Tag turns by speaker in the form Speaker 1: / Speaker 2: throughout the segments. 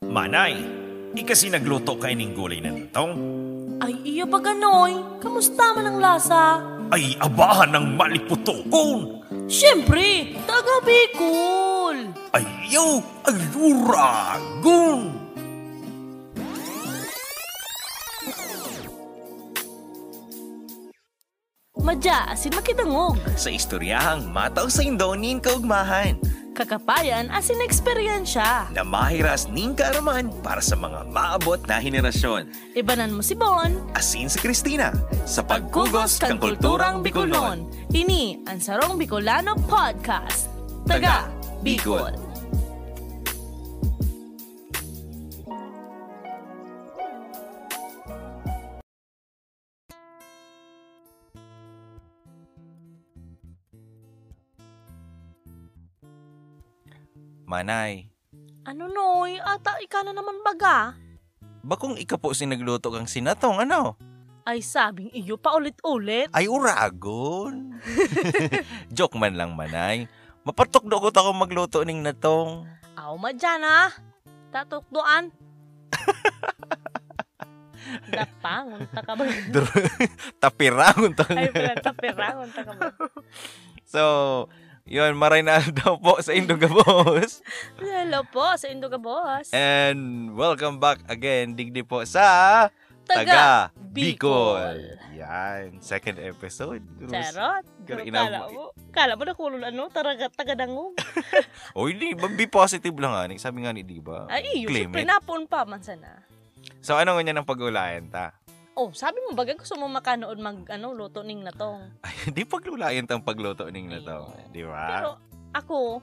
Speaker 1: Manay, ikasi nagluto kay ning gulay ng tong.
Speaker 2: Ay, iya ba ganoy? Kamusta man ang lasa?
Speaker 1: Ay abahan ng maliputokon.
Speaker 2: Siyempre, taga Bicol.
Speaker 1: Ay yaw, ay uragon.
Speaker 2: Madya, asin makitangog.
Speaker 1: Sa istoryahang mataw sa indonin kaugmahan
Speaker 2: Kakapayan, asin eksperyensya.
Speaker 1: na mahiras ning karaman para sa mga maabot na henerasyon.
Speaker 2: Ibanan mo si Bon.
Speaker 1: Asin si Christina sa
Speaker 2: Pagkugos kang kulturang Bicolon. Ini, ang Sarong Bicolano Podcast. Taga Bicol.
Speaker 3: Manay,
Speaker 2: Ano noy? Ata ika na naman baga.
Speaker 3: bakong ika po sinagluto kang sinatong ano?
Speaker 2: Ay sabing iyo pa ulit-ulit.
Speaker 3: Ay uragon. Joke man lang manay. Mapatok do ko ako magluto ning natong.
Speaker 2: Aw madyan ha. Tatukdoan. Dapangon ta ka ba?
Speaker 3: Tapirangon to.
Speaker 2: Ay pala, tapirangon ta ka ba?
Speaker 3: So, yun, maray na daw po sa Indong Gabos.
Speaker 2: Hello po sa Indoga Boss.
Speaker 3: Eh, And welcome back again, digdi po sa Yan, second episode.
Speaker 2: Charot.
Speaker 3: Pero
Speaker 2: Pero
Speaker 3: inam-
Speaker 2: kala mo, kala mo nakulol ano, taraga, tagadangog.
Speaker 3: O hindi, be positive lang nga. ni. Sabi nga ni, di ba?
Speaker 2: Ay, iyo,
Speaker 3: Ah, Claim
Speaker 2: syempre
Speaker 3: it.
Speaker 2: napoon pa man sana.
Speaker 3: So, ano nga niya ng pag-ulayan ta?
Speaker 2: Oh, sabi mo baga gusto mo makanood mag ano, luto ning natong.
Speaker 3: Hindi paglulayan tang pagluto ning natong. Di ba?
Speaker 2: Pero ako,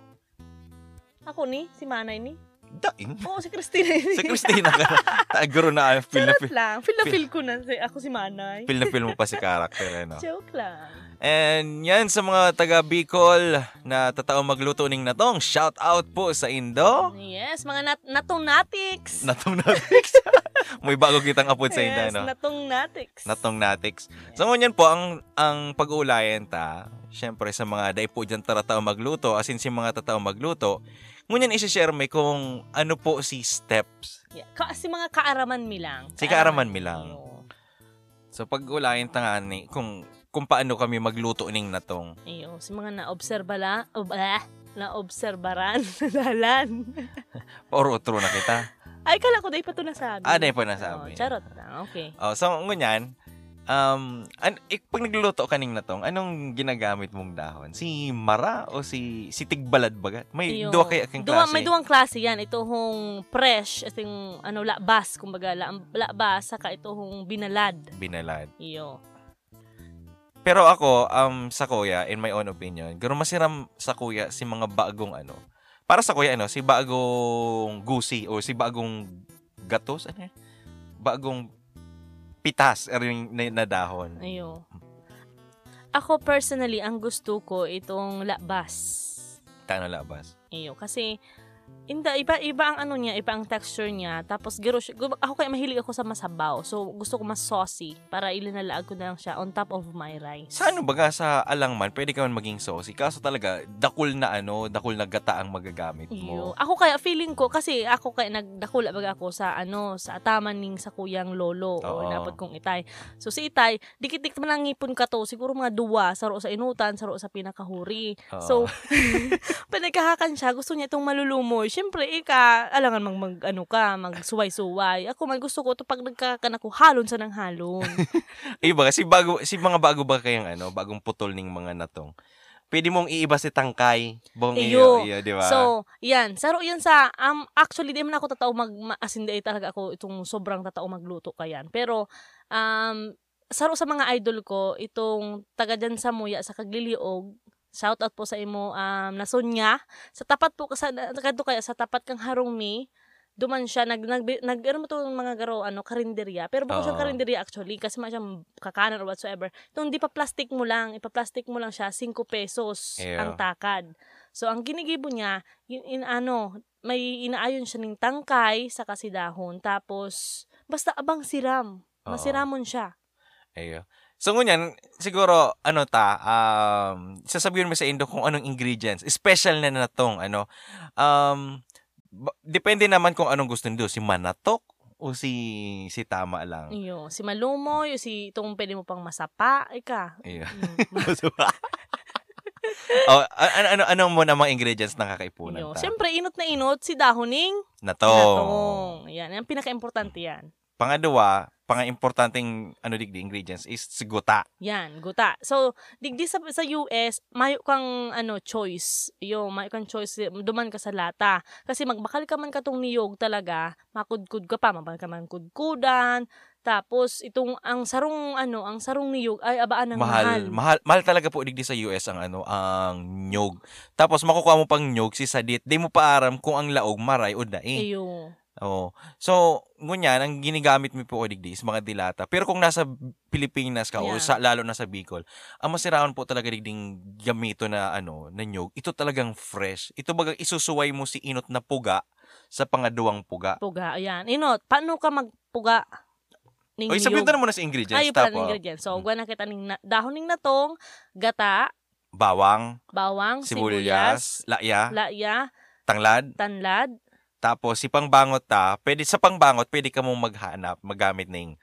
Speaker 2: ako ni, si Manay ni.
Speaker 3: Daing.
Speaker 2: Oo, si Christina ni.
Speaker 3: Sa Christina ka. Taguro na. ah, Feel na
Speaker 2: Charot
Speaker 3: feel,
Speaker 2: lang. Feel na
Speaker 3: feel-
Speaker 2: feel ko na si, ako si Manay.
Speaker 3: feel na feel mo pa si character. Ano?
Speaker 2: Joke lang.
Speaker 3: And yan sa mga taga Bicol na tataong magluto ning natong. Shout out po sa Indo.
Speaker 2: Yes, mga nat natonatics.
Speaker 3: Natong Natics. May bago kitang apod sa Indo.
Speaker 2: yes,
Speaker 3: Ano?
Speaker 2: natongnatics.
Speaker 3: Natong Natics. So ngunyan po ang ang pag-uulayan ta. Syempre sa mga dai po diyan taratao magluto as in si mga tatao magluto. Ngunyan i-share may kung ano po si steps.
Speaker 2: Yeah. Kasi mga kaaraman mi lang.
Speaker 3: Si kaaraman mi lang.
Speaker 2: Oo.
Speaker 3: So pag-uulayan ta nga ni kung kung paano kami magluto ning natong.
Speaker 2: Iyo, si mga naobserba la, ob, ah, naobserbaran, dalan.
Speaker 3: Or utro na kita.
Speaker 2: Ay, kala ko dahil pa ito nasabi.
Speaker 3: Ah, dahil pa nasabi.
Speaker 2: Oo, Oh, charot lang, okay.
Speaker 3: Oh, so ngunyan, um, an, ik, pag nagluluto ka ning natong, anong ginagamit mong dahon? Si mara o si si tigbalad baga? May
Speaker 2: Iyo.
Speaker 3: duwa kaya aking
Speaker 2: Duwa-
Speaker 3: klase.
Speaker 2: May duwang klase yan. Ito hong fresh, ito yung ano, labas, kumbaga, la, labas, saka ito hong binalad.
Speaker 3: binalad.
Speaker 2: Iyo.
Speaker 3: Pero ako, um, sa kuya, in my own opinion, garo masiram sa kuya si mga bagong ano. Para sa kuya, ano, si bagong gusi o si bagong gatos, ano yun? Bagong pitas er, yung na, na dahon.
Speaker 2: Iyo. Ako personally, ang gusto ko itong labas.
Speaker 3: Tano labas.
Speaker 2: Iyo. Kasi, inda, iba, iba ang ano niya, iba ang texture niya. Tapos, giro siya- gu- ako kaya mahilig ako sa masabaw. So, gusto ko mas saucy para ilinalaag ko na lang siya on top of my rice.
Speaker 3: Sa ano baga sa alangman, pwede ka man maging saucy. Kaso talaga, dakul na ano, dakul na gata ang magagamit
Speaker 2: Iyo.
Speaker 3: mo.
Speaker 2: Ako kaya feeling ko kasi ako kaya nagdakula bag ako sa ano sa ataman ning sa kuyang lolo o
Speaker 3: Oo.
Speaker 2: napad kong itay. So si itay, dikit-dikit man ang ngipon ka to, siguro mga duwa saro sa inutan, saro sa pinakahuri.
Speaker 3: Oo.
Speaker 2: So pinagkahakan siya, gusto niya itong malulumoy. Syempre ika, alangan mag, mag ano ka, magsuway-suway. Ako man gusto ko to pag nagkakakan ako, halon sa nang halon.
Speaker 3: Eh, baga, si, bago, si mga bago ba kayang ano, bagong putol ning mga natong. Pwede mong iiba si tangkay. Bong
Speaker 2: Iyo.
Speaker 3: iyo, iyo, di ba?
Speaker 2: So, yan. Saro yan sa, um, actually, di man ako tatao mag, ma- as in, di talaga ako itong sobrang tatao magluto ka yan. Pero, um, saro sa mga idol ko, itong taga dyan sa Muya, sa Kagliliog, shout out po sa imo um, na Sonya. Sa tapat po, sa, kadto kaya, sa tapat kang Harumi, duman siya, nag, nag, nag ano mo to yung mga garo, ano, karinderya. Pero bako siyang
Speaker 3: Oo.
Speaker 2: karinderya actually, kasi mga siyang kakanan or whatsoever. Itong di pa plastic mo lang, ipaplastic mo lang siya, 5 pesos
Speaker 3: Ew.
Speaker 2: ang takad. So, ang ginigibo niya, yun, in, ano, may inaayon siya ng tangkay sa kasidahon. Tapos, basta abang siram.
Speaker 3: Oo.
Speaker 2: Masiramon siya.
Speaker 3: Ayo. So ngunyan, siguro ano ta, um sasabihin mo sa Indo kung anong ingredients, special na natong ano. Um Ba- depende naman kung anong gusto nito, si manatok o si si tama lang.
Speaker 2: Iyo, si Malumoy, o si itong pwede mo pang masapa, ika.
Speaker 3: Ayun.
Speaker 2: Mm,
Speaker 3: oh, a- ano ano ano mo na mga ingredients ng kakaipunan
Speaker 2: iyo.
Speaker 3: ta?
Speaker 2: Siyempre, inot na inot, si Dahoning,
Speaker 3: Natong.
Speaker 2: natong. Yan, yung pinaka-importante yan.
Speaker 3: Pangalawa, pang-importanting ano digdi ingredients is siguta.
Speaker 2: Yan, guta. So, digdi sa, sa US, mayo kang ano, choice. Yo, mayo kang choice. Duman ka sa lata. Kasi magbakal ka man katong niyog talaga, makudkud ka pa, mabakal ka man kudkudan. Tapos, itong, ang sarong, ano, ang sarong niyog ay abaan ng mahal.
Speaker 3: Mahal, mahal, mahal talaga po digdi sa US ang ano, ang nyog. Tapos makukuha mo pang nyog si sadit, di mo paaram kung ang laog maray o daing.
Speaker 2: Iyo.
Speaker 3: Oo. So, ngunyan, ang ginagamit mo po o digdi is mga dilata. Pero kung nasa Pilipinas ka o
Speaker 2: Yeah.
Speaker 3: sa, lalo na sa Bicol, ang masiraon po talaga digding gamito na ano, na nyog, ito talagang fresh. Ito bagang isusuway mo si inot na puga sa pangaduwang puga.
Speaker 2: Puga, ayan. Inot, paano ka magpuga ng
Speaker 3: Oy, sabihin na muna sa ingredients.
Speaker 2: Ay, pala ng
Speaker 3: tapos, Hmm.
Speaker 2: ingredients. So, guwan na kita ng na- dahon ng natong, gata,
Speaker 3: bawang,
Speaker 2: bawang, sibuyas,
Speaker 3: sibuyas, laya,
Speaker 2: laya,
Speaker 3: tanglad.
Speaker 2: tanlad,
Speaker 3: Tapos si pangbangot ta, pwede sa pangbangot pwede ka mong maghanap magamit ng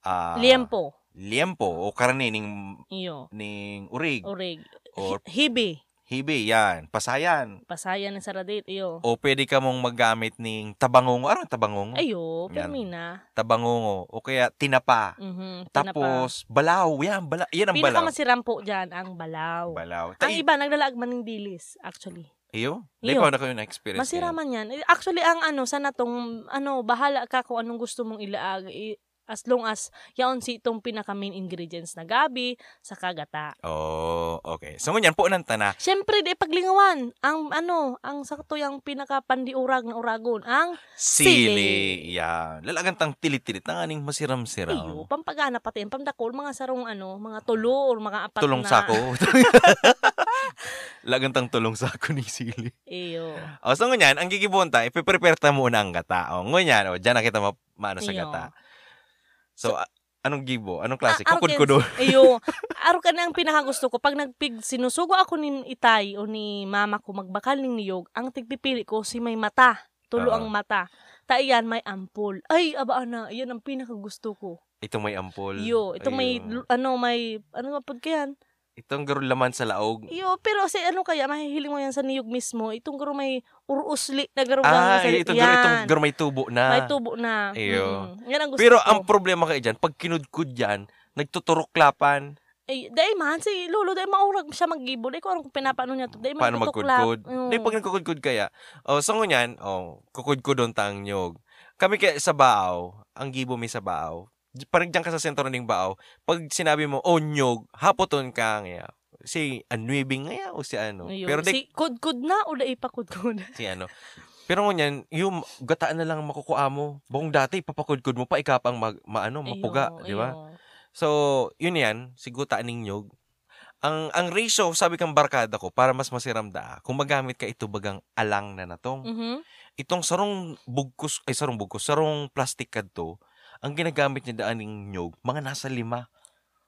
Speaker 3: ah,
Speaker 2: liempo.
Speaker 3: liempo o karne ning
Speaker 2: Iyo.
Speaker 3: ning urig
Speaker 2: Orig.
Speaker 3: or
Speaker 2: Hibi.
Speaker 3: hibi yan, pasayan.
Speaker 2: Pasayan ng saradit. Iyo.
Speaker 3: O pwede ka mong magamit ng tabangongo, ano ang tabangongo?
Speaker 2: Ayo,
Speaker 3: Yan.
Speaker 2: permina.
Speaker 3: Tabangongo o kaya tinapa.
Speaker 2: Mhm.
Speaker 3: Tapos balaw, yan, bala, yan ang
Speaker 2: pinaka
Speaker 3: balaw.
Speaker 2: masirampo diyan ang balaw.
Speaker 3: Balaw.
Speaker 2: Ang
Speaker 3: Tai,
Speaker 2: iba naglalaagman ng dilis actually.
Speaker 3: iyo? Di
Speaker 2: Iyo.
Speaker 3: pa na kayo na-experience. yan.
Speaker 2: Masiraman yan. Eh, Actually ang ano sa natong ano bahala ka kung anong gusto mong ilaag I- as long as yaon si itong pinaka main ingredients na gabi sa kagata.
Speaker 3: Oh, okay. So ngunyan po nang tana.
Speaker 2: Siyempre, di paglingawan. Ang ano, ang sakto yung pinaka pandiurag na uragon. Ang
Speaker 3: Sili. Yan. Lalagan tang tilit-tilit. Tanganing
Speaker 2: iyo,
Speaker 3: masiram-siram.
Speaker 2: pampagana pati, ang pamdakol, mga sarong ano, mga tulo or mga apat
Speaker 3: Tulong
Speaker 2: na.
Speaker 3: sako. Lagan tang tulong sako ni sili.
Speaker 2: Iyo.
Speaker 3: O, Oh, so ngunyan, ang gigibunta, ipiprepare ta muna ang gata. O, ngunyan, o, dyan na kita ma- maano sa
Speaker 2: Iyo.
Speaker 3: gata. So, a- anong gibo? Anong klase?
Speaker 2: Ah, aro
Speaker 3: Kukod
Speaker 2: ken-
Speaker 3: ko do.
Speaker 2: Iyo. Aro ka na ang pinakagusto ko. Pag nagpig, sinusugo ako ni itay o ni mama ko magbakal ng niyog, ang tigpipili ko si may mata. Tulo
Speaker 3: Oo.
Speaker 2: ang mata. Ta iyan may ampul. Ay, abaan na. Iyan ang pinakagusto ko.
Speaker 3: Ito may ampol.
Speaker 2: Iyo. Itong may,
Speaker 3: Ayun.
Speaker 2: lu- ano, may, ano nga pag yan?
Speaker 3: Itong garul laman sa laog.
Speaker 2: Iyo, pero si ano kaya, mahihiling mo yan sa niyog mismo. Itong garo may urusli na garo
Speaker 3: Ah, itong
Speaker 2: sa
Speaker 3: garul, itong
Speaker 2: Yan.
Speaker 3: garul may tubo na.
Speaker 2: May tubo na.
Speaker 3: Iyo.
Speaker 2: Mm. Yan ang gusto
Speaker 3: Pero
Speaker 2: ko.
Speaker 3: ang problema kayo dyan, pag kinudkod yan, nagtuturoklapan.
Speaker 2: Ay, Eh, dahil man, si Lolo, dahil maurag siya mag-gibo. Dahil ko anong pinapano niya to. Dahil man
Speaker 3: paano
Speaker 2: tutuklap.
Speaker 3: magkudkod.
Speaker 2: Mm.
Speaker 3: Di, pag nagkukudkod kaya, oh, sa ngunyan, oh, kukudkodon tang nyog. Kami kaya sa Baaw, ang gibo mi sa Baaw, di- parang dyan ka sa sentro ng Baaw, pag sinabi mo, oh, nyog, hapoton ka nga. Si Anwibing nga o si ano.
Speaker 2: Ayun.
Speaker 3: Pero di, si...
Speaker 2: si kudkud na o dai pa kudkud.
Speaker 3: ano. Pero ngunyan, yung gataan na lang ang makukuha mo. Bong dati, papakudkod mo pa, ikapang mag, maano, mapuga,
Speaker 2: Ayun,
Speaker 3: di ba?
Speaker 2: ayun.
Speaker 3: So, yun yan, si gutaan ng nyog. Ang ang ratio, sabi kang barkada ko, para mas masiramda, kung magamit ka ito bagang alang na natong.
Speaker 2: Mhm.
Speaker 3: Itong sarong bugkus, ay sarong bugkus, sarong plastic kadto, ang ginagamit niya daan ng nyog, mga nasa lima.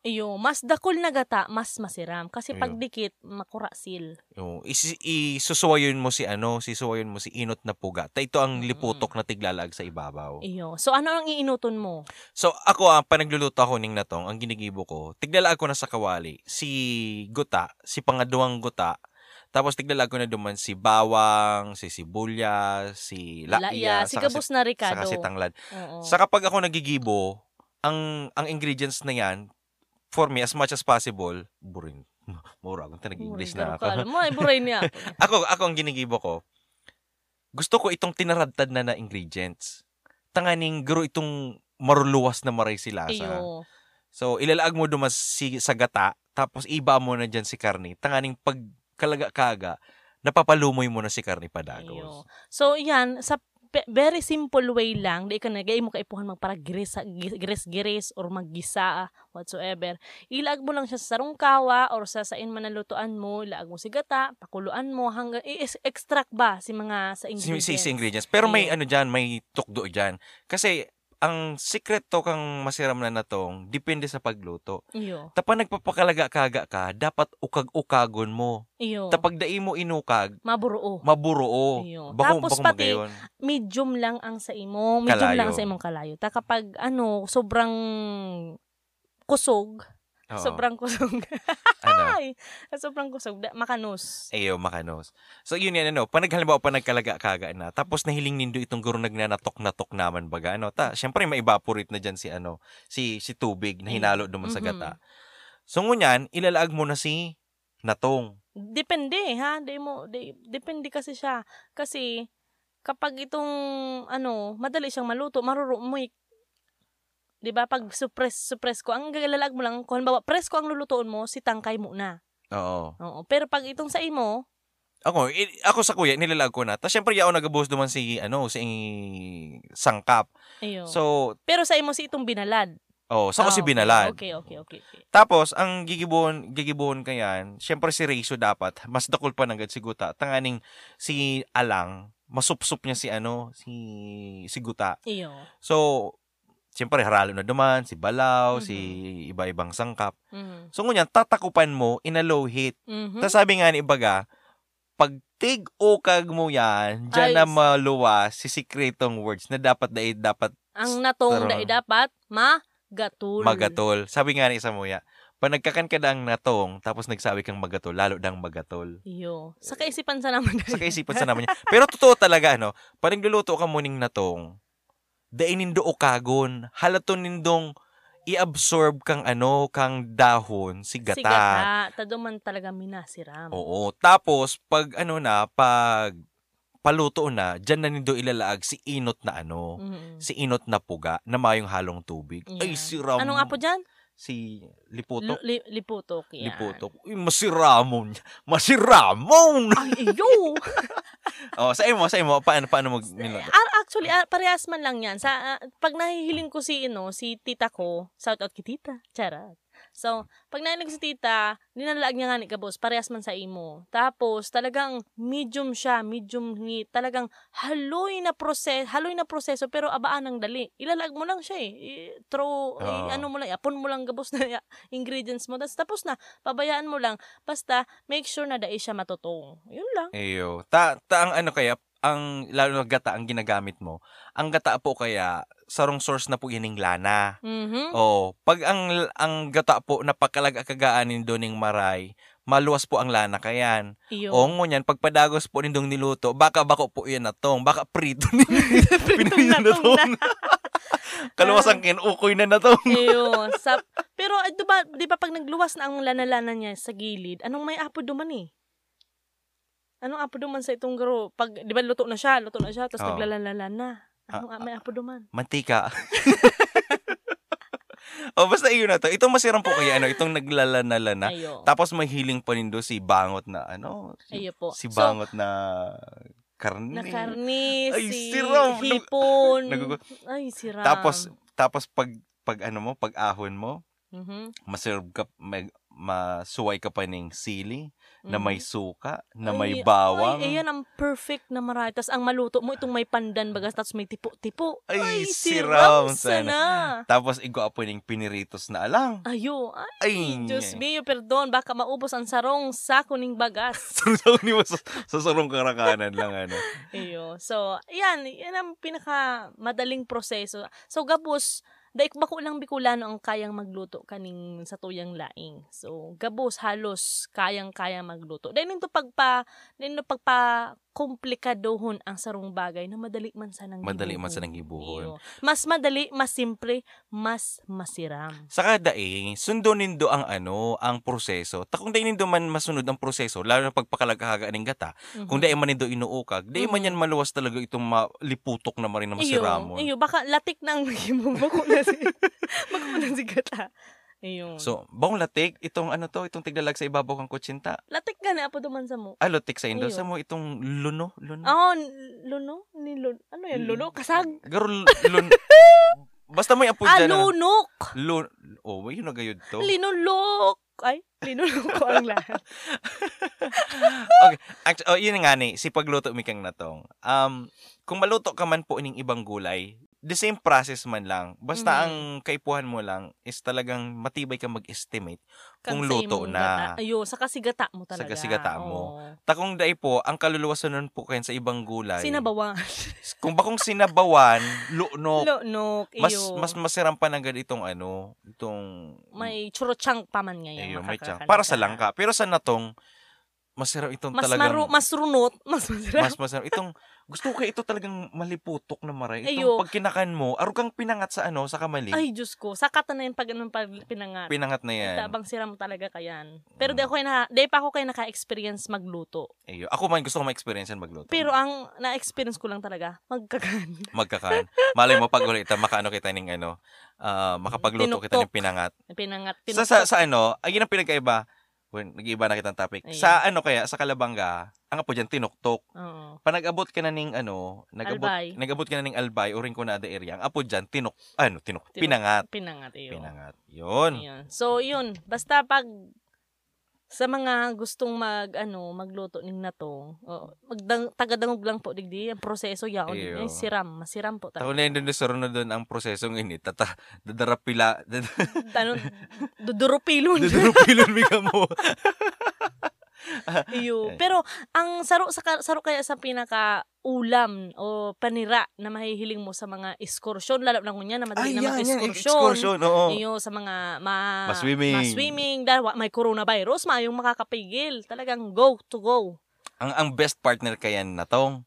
Speaker 2: Ayun. mas dakol na gata, mas masiram kasi pag
Speaker 3: Ayun.
Speaker 2: dikit makurasil.
Speaker 3: Yung isi- isusuwayon mo si ano, sisuwayon mo si inot na puga. Ta ito ang liputok na tiglalag sa ibabaw.
Speaker 2: Iyo. So ano ang iinuton mo?
Speaker 3: So ako ang panagluluto ako ning natong, ang ginigibo ko, tiglalaan ko na sa kawali, si guta, si pangaduwang guta, tapos tiglalaan ko na duman si bawang, si sibulyas, si laya,
Speaker 2: si
Speaker 3: saka
Speaker 2: gabos
Speaker 3: saka
Speaker 2: na ricado.
Speaker 3: si tanglad.
Speaker 2: Oo.
Speaker 3: Sa kapag ako nagigibo, ang ang ingredients na yan, for me, as much as possible, burin. Mura, kung nag-English na
Speaker 2: Pero ka,
Speaker 3: ako.
Speaker 2: Alam mo, ay buray niya.
Speaker 3: ako, ako ang ginigibo ko, gusto ko itong tinaradtad na na ingredients. Tanganing guro itong maruluwas na maray si lasa.
Speaker 2: Iyo.
Speaker 3: So, ilalaag mo dumas si, sa gata, tapos iba mo na dyan si karni. Tanganing pagkalaga-kaga, napapalumoy mo na si karni
Speaker 2: Iyo.
Speaker 3: padagos.
Speaker 2: So yan, sa pe- very simple way lang, di ka nagay mo kaipuhan magpara gresa, gres-gres or maggisa ah, whatsoever. Ilaag mo lang siya sa sarong kawa or sa sain man na lutuan mo, ilaag mo si gata, pakuluan mo hanggang i-extract ba si mga
Speaker 3: Si,
Speaker 2: sa ingredients.
Speaker 3: si, si ingredients. Pero may
Speaker 2: Iyo.
Speaker 3: ano dyan, may tukdo dyan. Kasi ang secret to kang masiram na natong depende sa pagluto.
Speaker 2: Iyo.
Speaker 3: Tapang nagpapakalaga-kaga ka, dapat ukag-ukagon mo.
Speaker 2: Iyo.
Speaker 3: Tapag da imo inukag,
Speaker 2: Maburoo.
Speaker 3: maburoo.
Speaker 2: Iyo.
Speaker 3: Bako,
Speaker 2: Tapos
Speaker 3: bako
Speaker 2: pati,
Speaker 3: magayon.
Speaker 2: medium lang ang sa imong, medium
Speaker 3: Kalayo.
Speaker 2: lang ang sa imong kalayo. Ta kapag ano, sobrang kusog,
Speaker 3: Oo.
Speaker 2: sobrang kusog.
Speaker 3: ano?
Speaker 2: Ay, sobrang kusog, da, makanos.
Speaker 3: Eyo, makanos. So, yun yan, ano, pag halimbawa pa nagkalaga-kaga na, tapos nahiling nindo itong guro nagnanatok-natok naman baga, ano, ta, syempre may evaporate na dyan si, ano, si, si tubig na hinalo duman sa
Speaker 2: Mhm.
Speaker 3: gata. So, ngunyan, ilalaag mo na si natong.
Speaker 2: Depende ha, di mo di- depende kasi siya. Kasi kapag itong ano, madali siyang maluto, maruro mo ik- 'di ba? Pag suppress suppress ko, ang galalag mo lang kung halimbawa press ko ang lulutuin mo, si tangkay mo na.
Speaker 3: Oo.
Speaker 2: Oo, pero pag itong sa imo,
Speaker 3: Ako, i- ako sa kuya, nilalaag ko na. Tapos, syempre, yaon nagabuhos duman si, ano, si sangkap.
Speaker 2: ayo.
Speaker 3: So,
Speaker 2: pero sa imo si itong binalad.
Speaker 3: oh, sa ko
Speaker 2: Ah,
Speaker 3: si
Speaker 2: okay,
Speaker 3: binalad.
Speaker 2: Okay, okay, okay. okay.
Speaker 3: Tapos, ang gigibon, gigibon ka yan, syempre si Reiso dapat, mas dakol pa ng si Guta. Tanganing si Alang, masupsup niya si ano, si, si Guta.
Speaker 2: Iyo.
Speaker 3: So, syempre haralo na duman, si Balaw, si
Speaker 2: Mm-hmm.
Speaker 3: iba-ibang sangkap.
Speaker 2: Mhm.
Speaker 3: So, ngunyan, tatakupan mo in a low heat.
Speaker 2: Mhm.
Speaker 3: Tas sabi nga ni Ibaga, pag tig-ukag mo yan, dyan
Speaker 2: Ay,
Speaker 3: na
Speaker 2: s-
Speaker 3: maluwas si secretong words na dapat na dapat
Speaker 2: Ang natong
Speaker 3: Tara.
Speaker 2: dai dapat magatul.
Speaker 3: magatol. Sabi nga ni isa mo ya, pag nagkakan ka ng natong, tapos nagsabi kang magatol, lalo dang magatol.
Speaker 2: Iyo. Sa kaisipan sa naman.
Speaker 3: Sa kaisipan sa naman niya. Pero totoo talaga, ano, pag nagluluto ka muning natong, dainin do kagon, halato nindong i-absorb kang ano, kang dahon, si gata.
Speaker 2: Si gata. Taduman talaga minasiram.
Speaker 3: Oo. Tapos, pag ano na, pag paluto na, dyan na nindo ilalaag si inot na ano,
Speaker 2: Mhm.
Speaker 3: si inot na puga na mayong halong tubig. Ay,
Speaker 2: Yeah.
Speaker 3: siram.
Speaker 2: Anong apo dyan?
Speaker 3: Si
Speaker 2: Lu-
Speaker 3: Liputok.
Speaker 2: li- liputok yan.
Speaker 3: Liputok. Uy, masiramon. Masiramon!
Speaker 2: Ay, iyo!
Speaker 3: oh, sa imo, sa imo, paano, paano mag... niluto?
Speaker 2: Ar- Ah, Actually, ar- parehas man lang yan. Sa, ah, pag nahihiling ko si, ino, si tita ko, shout out kay tita, charot. So, pag nahiling ko si tita, ninalaag niya nga ni kabos, parehas man sa imo. Tapos, talagang medium siya, medium heat, talagang haloy na proseso, haloy na proseso, pero abaan ang dali. Ilalaag mo lang siya eh. I- throw, i-
Speaker 3: Oo.
Speaker 2: ano mo lang, apon mo lang kabos na ya- ingredients mo. Tapos, tapos na, pabayaan mo lang. Basta, make sure na dai siya matotong. Yun lang.
Speaker 3: Eyo. Ta, ta, ang ano kaya, ang lalo na gata ang ginagamit mo, ang gata po kaya, sarong source na po ining lana.
Speaker 2: mhm
Speaker 3: Oh, pag ang ang gata po napakalag-akagaanin do ning maray, maluwas po ang lana kayan.
Speaker 2: Iyo.
Speaker 3: O ngunyan, pagpadagos po nindong niluto, baka bako po yan natong, baka prito ni
Speaker 2: Pritong
Speaker 3: Pinoy na
Speaker 2: natong
Speaker 3: natong. Kaluwas ang kinukoy na natong.
Speaker 2: Eyo, sap. Pero ah, di ba, di ba pag nagluwas na ang lanalanan niya sa gilid, anong may apo duman eh? Anong apo duman sa itong garo? Pag, di ba luto na siya, luto na siya, tapos
Speaker 3: Oo.
Speaker 2: naglalalanan na. Anong ah, may apo duman?
Speaker 3: Mantika. o basta iyon na to. Itong masirang po kaya ano, itong naglalanalana.
Speaker 2: Ayo.
Speaker 3: Tapos may hiling pa nindo si bangot na ano? Si,
Speaker 2: Ayo po.
Speaker 3: si
Speaker 2: So,
Speaker 3: bangot na karne.
Speaker 2: na karni,
Speaker 3: Ay,
Speaker 2: si
Speaker 3: siram. Nag-
Speaker 2: hipon.
Speaker 3: Nagugu-
Speaker 2: Ay, siram.
Speaker 3: tapos tapos pag pag ano mo, pag ahon mo,
Speaker 2: Mhm,
Speaker 3: maserve ka mag, masuway ka pa ning sili na
Speaker 2: mhm.
Speaker 3: may suka, na may
Speaker 2: Ay,
Speaker 3: bawang.
Speaker 2: Ay, ayan ang perfect na maray. Tapos ang maluto mo, itong may pandan bagas, tapos may tipo-tipo.
Speaker 3: Ay, siram sana.
Speaker 2: siram sana.
Speaker 3: Tapos igwa po ning piniritos na alang.
Speaker 2: Ayo,
Speaker 3: Ay,
Speaker 2: Diyos mío, perdon, baka maubos ang sarong sa kuning bagas.
Speaker 3: Sasaw ni mo sa, sa sarong karakanan lang ano.
Speaker 2: Iyo. So, yan, yan ang pinakamadaling proseso. So, gabos, daik bako lang Bicolano ang kayang magluto kaning sa tuyang laing. So, gabos, halos, kayang-kaya magluto. Dahil nito pagpa, dahil nito pagpa komplikadohon ang sarong bagay na madali man sa nang
Speaker 3: Madali man
Speaker 2: gibuhon.
Speaker 3: sa nang gibuhon.
Speaker 2: Iyo. Mas madali, mas simple, mas masiram.
Speaker 3: Saka daing, sundo nindo ang ano, ang proseso. Ta kung daing nindo man masunod ang proseso, lalo na pagpakalaghagaan ng gata,
Speaker 2: Mhm.
Speaker 3: kung daing man nindo inuukag, daing man yan maluwas talaga itong maliputok na marin na masiramon.
Speaker 2: Iyo, baka latik ng himong. Bako na si, bako na si gata. Iyo.
Speaker 3: So, bang latik, itong ano to, itong tiglalag sa ibabaw kang kutsinta.
Speaker 2: latik ka na apo duman sa mo.
Speaker 3: Ah, latik sa indo.
Speaker 2: Iyo.
Speaker 3: Sa mo, itong luno, luno.
Speaker 2: Oh, n- luno? Ni luno? Ano yun? Luno? Kasag?
Speaker 3: Garo, lun... Basta may apoy
Speaker 2: ah,
Speaker 3: dyan. ah.
Speaker 2: lunok!
Speaker 3: Lun... Oh, yun na gayod to.
Speaker 2: Linulok! Ay, linulok ko ang lahat.
Speaker 3: Act- oh, yun nga ni, si pagluto mi kang natong. Um, kung maluto ka man po ining ibang gulay, the same process man lang. Basta
Speaker 2: Mhm.
Speaker 3: ang kaipuhan mo lang is talagang matibay ka mag-estimate.
Speaker 2: Kag
Speaker 3: Kung
Speaker 2: sa
Speaker 3: luto
Speaker 2: imong
Speaker 3: na.
Speaker 2: gata. Ayun, sa kasigata mo
Speaker 3: Sa
Speaker 2: talaga.
Speaker 3: kasigata mo.
Speaker 2: Oo.
Speaker 3: Takong day po, ang kaluluwasan nun po kayo sa ibang gulay.
Speaker 2: Sinabawan.
Speaker 3: Kung bakong sinabawan, luno,
Speaker 2: Lonok.
Speaker 3: Oh. mas
Speaker 2: iyo.
Speaker 3: mas masiram panagan itong ano, itong
Speaker 2: may churochang paman
Speaker 3: ayun,
Speaker 2: ngayon.
Speaker 3: may
Speaker 2: makakakanta.
Speaker 3: chunk. Para sa langka. Pero sa natong masiram itong
Speaker 2: Mas,
Speaker 3: talagang
Speaker 2: maru, mas runot, mas masarap.
Speaker 3: mas masarap. Itong gusto ko kayo ito talagang maliputok na maray.
Speaker 2: Ayo.
Speaker 3: Itong pag kinakan mo, arog kang pinangat sa ano, sa kamali.
Speaker 2: Ay, Diyos ko. Sakata na yun pag anong pag pinangat.
Speaker 3: Pinangat na yan. Mm.
Speaker 2: Tabang sira mo talaga kayan. Pero di, ako kayo na, di pa ako kayo naka-experience magluto.
Speaker 3: Ayo. Ako man gusto ko ma-experience yan magluto.
Speaker 2: Pero ang na-experience ko lang talaga, magkakan.
Speaker 3: magkakan. Malay mo pag ulit makaano kita ning ano, ah, makapagluto kita ng
Speaker 2: Tinuktok.
Speaker 3: pinangat.
Speaker 2: Pinangat,
Speaker 3: Sa,
Speaker 2: pinangat.
Speaker 3: sa sa ano, ayun ang pinagkaiba. When nag-iba na kitang topic.
Speaker 2: Ayun.
Speaker 3: Sa ano kaya sa Kalabanga, ang apo diyan tinuktok.
Speaker 2: Oo.
Speaker 3: Panag-abot ka na ning ano, nag-abot
Speaker 2: Albay.
Speaker 3: nag-abot ka na ning Albay o Rincon na the area. Ang apo diyan tinuk ano, tinuk,
Speaker 2: Tinuk-
Speaker 3: pinangat.
Speaker 2: Pinangat, iyo.
Speaker 3: Pinangat. 'Yun.
Speaker 2: Ayun. So, yun. Basta pag sa mga gustong mag ano magluto ning na to oh, magdang tagadangog lang po digdi ang proseso yaon
Speaker 3: Ew.
Speaker 2: digdi siram masiram po
Speaker 3: Taon
Speaker 2: talaga
Speaker 3: na yun doon doon ang prosesong ini. Tata, dadarapila, dad-
Speaker 2: ano dudurupilon
Speaker 3: dadarapilon mi ka mo.
Speaker 2: Iyo.
Speaker 3: Ayan.
Speaker 2: Pero ang saro sa ka- saro kaya sa pinaka ulam o panira na mahihiling mo sa mga excursion lalo na kunya na madali na mag-excursion.
Speaker 3: excursion, oo.
Speaker 2: Iyo sa mga ma,
Speaker 3: Ma-swimming.
Speaker 2: ma-swimming dahil wa- may coronavirus, maayong makakapigil. Talagang go to go.
Speaker 3: Ang ang best partner kayan na tong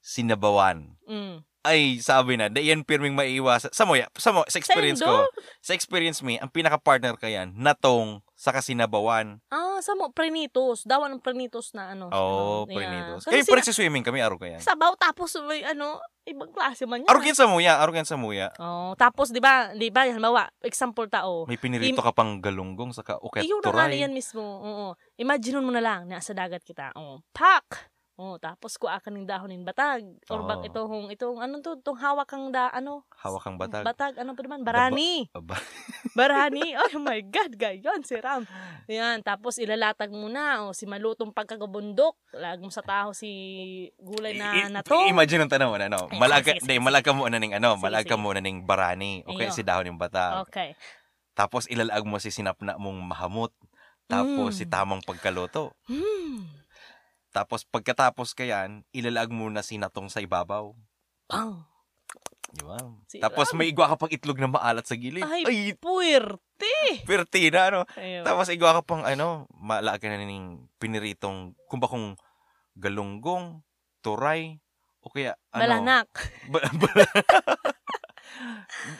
Speaker 3: sinabawan.
Speaker 2: Mm.
Speaker 3: Ay, sabi na, di yan pirming maiiwasan. Sa mo, ya- sa mo, sa experience
Speaker 2: Sa'yo,
Speaker 3: ko. Sa experience me, ang pinaka-partner kayan na tong sa kasinabawan.
Speaker 2: Ah, sa mo prenitos, dawan ng prenitos na ano.
Speaker 3: Oo, oh,
Speaker 2: ano,
Speaker 3: prenitos.
Speaker 2: Yan. Kasi
Speaker 3: Kaya
Speaker 2: sina-
Speaker 3: parang si swimming kami, araw kayan.
Speaker 2: sabaw tapos may ano, ibang klase man yan.
Speaker 3: Araw kayan sa muya, araw kayan sa muya.
Speaker 2: Oh, tapos 'di ba? 'Di ba? Halimbawa, example tao.
Speaker 3: May pinirito ka pang galunggong sa kauket
Speaker 2: Iyo na nga na
Speaker 3: turay.
Speaker 2: yan mismo. Oo. Imagine mo na lang, nasa dagat kita. Oo. Pak! Oo, tapos kuha ka ng dahon ng batag. Or
Speaker 3: Oo.
Speaker 2: bak ito hong, itong, anong to, itong hawak kang da, ano?
Speaker 3: Hawak kang batag.
Speaker 2: Batag, ano pa naman? Barani.
Speaker 3: Aba.
Speaker 2: Barani. Oh my God, gayon, si Ram. Yan, tapos ilalatag mo na. O, si malutong pagkagabundok. Lag mo sa taho si gulay
Speaker 3: I-
Speaker 2: na,
Speaker 3: i-
Speaker 2: na to.
Speaker 3: Imagine ang tanong, ano,
Speaker 2: Ay,
Speaker 3: malaga,
Speaker 2: sige,
Speaker 3: di,
Speaker 2: sige, sige.
Speaker 3: malaga mo na ning ano,
Speaker 2: Sige,
Speaker 3: malaga
Speaker 2: sige.
Speaker 3: mo na ning barani, okay,
Speaker 2: Iyo.
Speaker 3: si dahon ng bata.
Speaker 2: Okay.
Speaker 3: Tapos ilalaag mo si sinapna mong mahamot. Tapos
Speaker 2: Mm.
Speaker 3: si tamang pagkaluto.
Speaker 2: Hmm.
Speaker 3: Tapos pagkatapos ka yan, ilalaag mo na sinatong sa ibabaw.
Speaker 2: Bang.
Speaker 3: Di ba?
Speaker 2: Si
Speaker 3: Tapos may igwa ka pang itlog na maalat sa gilid.
Speaker 2: Ay,
Speaker 3: Ay,
Speaker 2: puwerte.
Speaker 3: perti na, ano.
Speaker 2: Ayun.
Speaker 3: Tapos igwa ka pang ano, malaag ka na ning piniritong, kung bakong galunggong, turay, o kaya ano.
Speaker 2: Balanak.
Speaker 3: Ba- ba-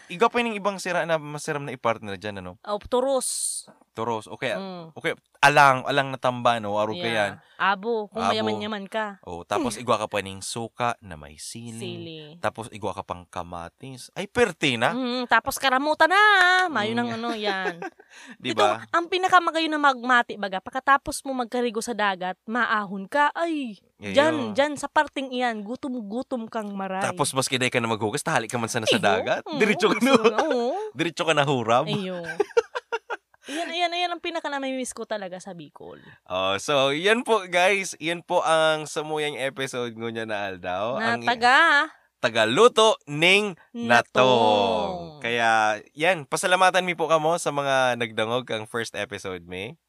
Speaker 3: Iga pa yung ibang sira na masiram na i-partner dyan, ano?
Speaker 2: O, turos.
Speaker 3: Toros, o kaya,
Speaker 2: Mm.
Speaker 3: o kaya, alang, alang na tamba, no? Arog ka yan.
Speaker 2: Yeah. Abo, kung
Speaker 3: Abo.
Speaker 2: mayaman-yaman ka.
Speaker 3: O, tapos igwa ka pa ng suka na may siling.
Speaker 2: Sili.
Speaker 3: Tapos igwa ka pang kamatis. Ay, pertina,
Speaker 2: Mm, tapos karamutan na. Mayo
Speaker 3: Mm.
Speaker 2: ng ano yan.
Speaker 3: di ba?
Speaker 2: Ito, ang pinakamagayo na magmati baga, pagkatapos mo magkarigo sa dagat, maahon ka, ay,
Speaker 3: Yayo.
Speaker 2: dyan, dyan, sa parting iyan, gutom-gutom kang maray.
Speaker 3: Tapos mas kiday ka na maghugas, tahali ka man sana sa
Speaker 2: Iyo,
Speaker 3: dagat.
Speaker 2: oo,
Speaker 3: Diretso ka
Speaker 2: gusto
Speaker 3: na,
Speaker 2: nga, oo.
Speaker 3: diretso ka na hurab.
Speaker 2: Iyo. Ayan, ayan, ayan ang pinaka namimiss ko talaga sa Bicol.
Speaker 3: Oh, so, yan po, guys. Yan po ang samuyang episode ngunya na aldaw. Oh,
Speaker 2: na
Speaker 3: ang
Speaker 2: taga,
Speaker 3: tagaluto ning
Speaker 2: natong.
Speaker 3: natong. Kaya, yan, pasalamatan mi po kamo sa mga nagdangog ang first episode mi.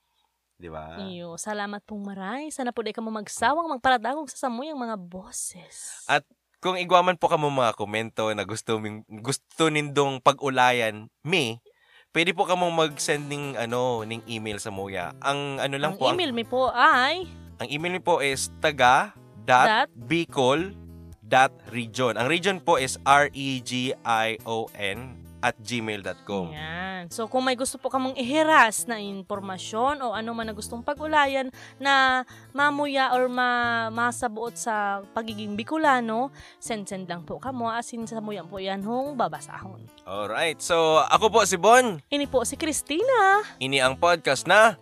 Speaker 3: Di ba?
Speaker 2: Iyo, salamat pong maray. Sana po di ka mo magsawang magparadagog sa samuyang mga boses.
Speaker 3: At Kung igwaman po kamo mga komento na gusto ming, gusto nindong pag-ulayan mi, pwede po kamo mag-send ning ano ning email sa Moya. Ang ano lang
Speaker 2: ang
Speaker 3: po
Speaker 2: email mi po ay
Speaker 3: ang, ang email mi po is taga dot
Speaker 2: that
Speaker 3: Bicol dot region. Ang region po is E R-E-G-I-O-N at gmail.com.
Speaker 2: Yan. So kung may gusto po kamong ihiras na impormasyon o ano man na gustong pag-ulayan na mamuya or ma masabuot sa pagiging Bicolano, send-send lang po kamo asin sa muyan po yan hong babasahon.
Speaker 3: Alright, so ako po si Bon.
Speaker 2: Ini po si Christina,
Speaker 3: Ini ang podcast na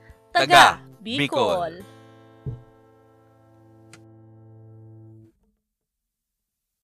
Speaker 3: Taga
Speaker 2: taga,
Speaker 3: Bicol.
Speaker 2: Bicol.